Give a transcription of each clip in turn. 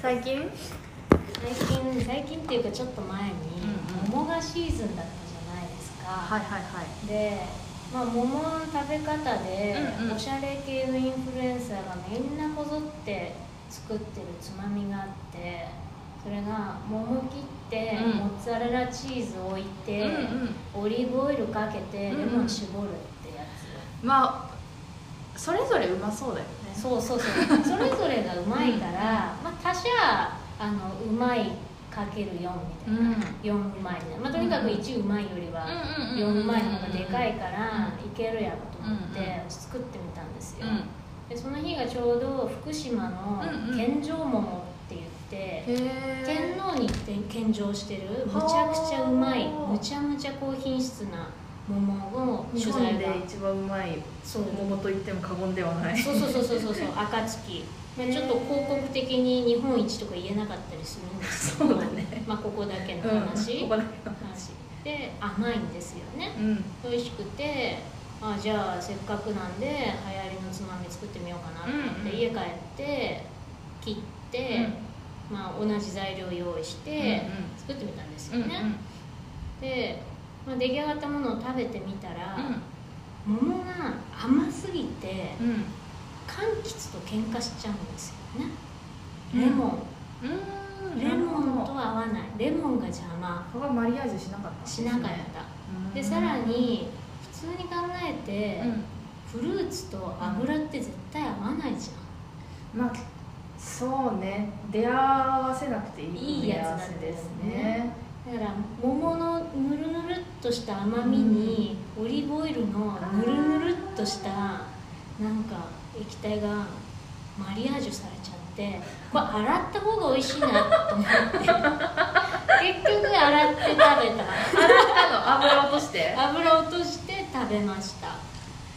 最近最近最近っていうかちょっと前にうんうん桃がシーズンだったじゃないですか、はいはいはいで、まあ、桃の食べ方で、うんうんおしゃれ系のインフルエンサーがみんなこぞって作ってるつまみがあってそれが桃切って、うんモッツァレラチーズ置いて、うんオリーブオイルかけてレうんうんモン絞るってやつ、まあそれぞれうまそうだよねそうそ うそうそれぞれがうまいから、まあ、他社あのうまいかける4みたいな。ん4うまいね、まあ、とにかく1うまいよりは4うまいのがでかいからいけるやろと思ってうんう作ってみたんですうよ、んでその日がちょうど福島のうんうん献上桃って言って、へ天皇に献上してるむちはゃあくちゃうまいむちゃむちゃ高品質な桃を取日材本がで一番うまいそう桃と言っても過言ではないそうそうそうそうそうそう暁、まあ、ちょっと広告的に日本一とか言えなかったりするんですけどそうだねまあ、ここだけの話、うんここだ話で甘いんですよねけうん美味しくてあじゃあせっかくなんで流行りのつまみ作ってみようかなと思って、うんうん家帰って切って、まあ、同じ材料用意して、うんうん作ってみたんですうんよね、で、まあ、出来上がったものを食べてみたら、桃が甘すぎてうんうん柑橘と喧嘩しちゃうんですよねうんレモン、うんレモンなるほとど合わないレモンが邪魔ここがマリアージュしなかったしなかった、でさらに普通に考えて、うんフルーツと油って絶対合わないじゃまあそうね出会わせなくていいいいやつなんだよね組み合わせですねんだから桃のぬるぬるっとした甘みに、オリーブオイルのぬるぬるっとしたなんか液体がマリアージュされちゃってこれ洗った方が美味しいなと思って 結局洗洗っって食べたの油落としてた油落として食べました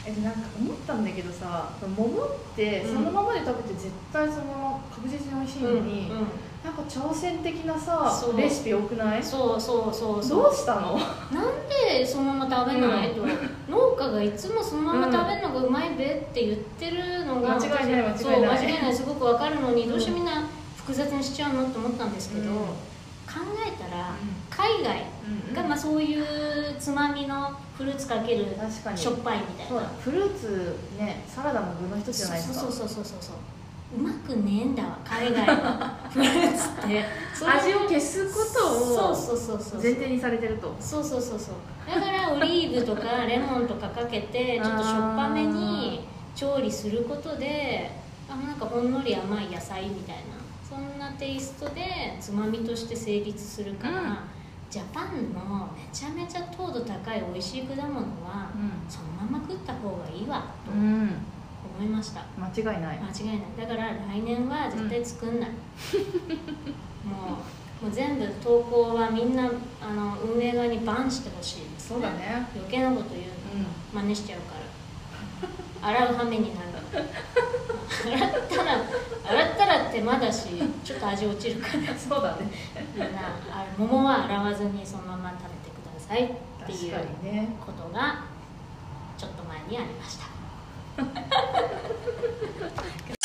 えなんか思ったんだけどさ桃ってそのままで食べて絶対そのまま確実に美味しいのに、うんうんなんか挑戦的なさそうレシピ多くないそうそうそうそうどうしたのなんでそのまま食べないと、農家がいつもそのまま食べるのがうまいべって言ってるのが間違いない間違いないそう間違いないすごくわかるのにうんどうしてみんな複雑にしちゃうのって思ったんですけど、うん考えたら海外がまあそういうつまみのフルーツかける確かにしょっぱいみたいそうだなフルーツねサラダも具の一つじゃないですかそうそうそうそうそううまくねえんだわ海外のフルーツって それ味を消すことをそうそうそうそう前提にされてるとそうそうそうそうだからオリーブと かレモンとかかけてちょっとしょっぱめに調理することであなんかほんのり甘い野菜みたいなそんなテイストでつまみとして成立するから、うんジャパンのめちゃめちゃ糖度高い美味しい果物はそのまま食った方がいいわとうん思いました間違いない間違いないだから来年は絶対作んない、もう もう全部投稿はみんなあの運営側にバンしてほしいです、そうだね余計なこと言うの真似しちゃうから洗う羽目になる洗ったら洗ったらってまだしちょっと味落ちるからみんなそうだねあの桃は洗わずにそのまま食べてくださいってい確うかにねことがちょっと前にありました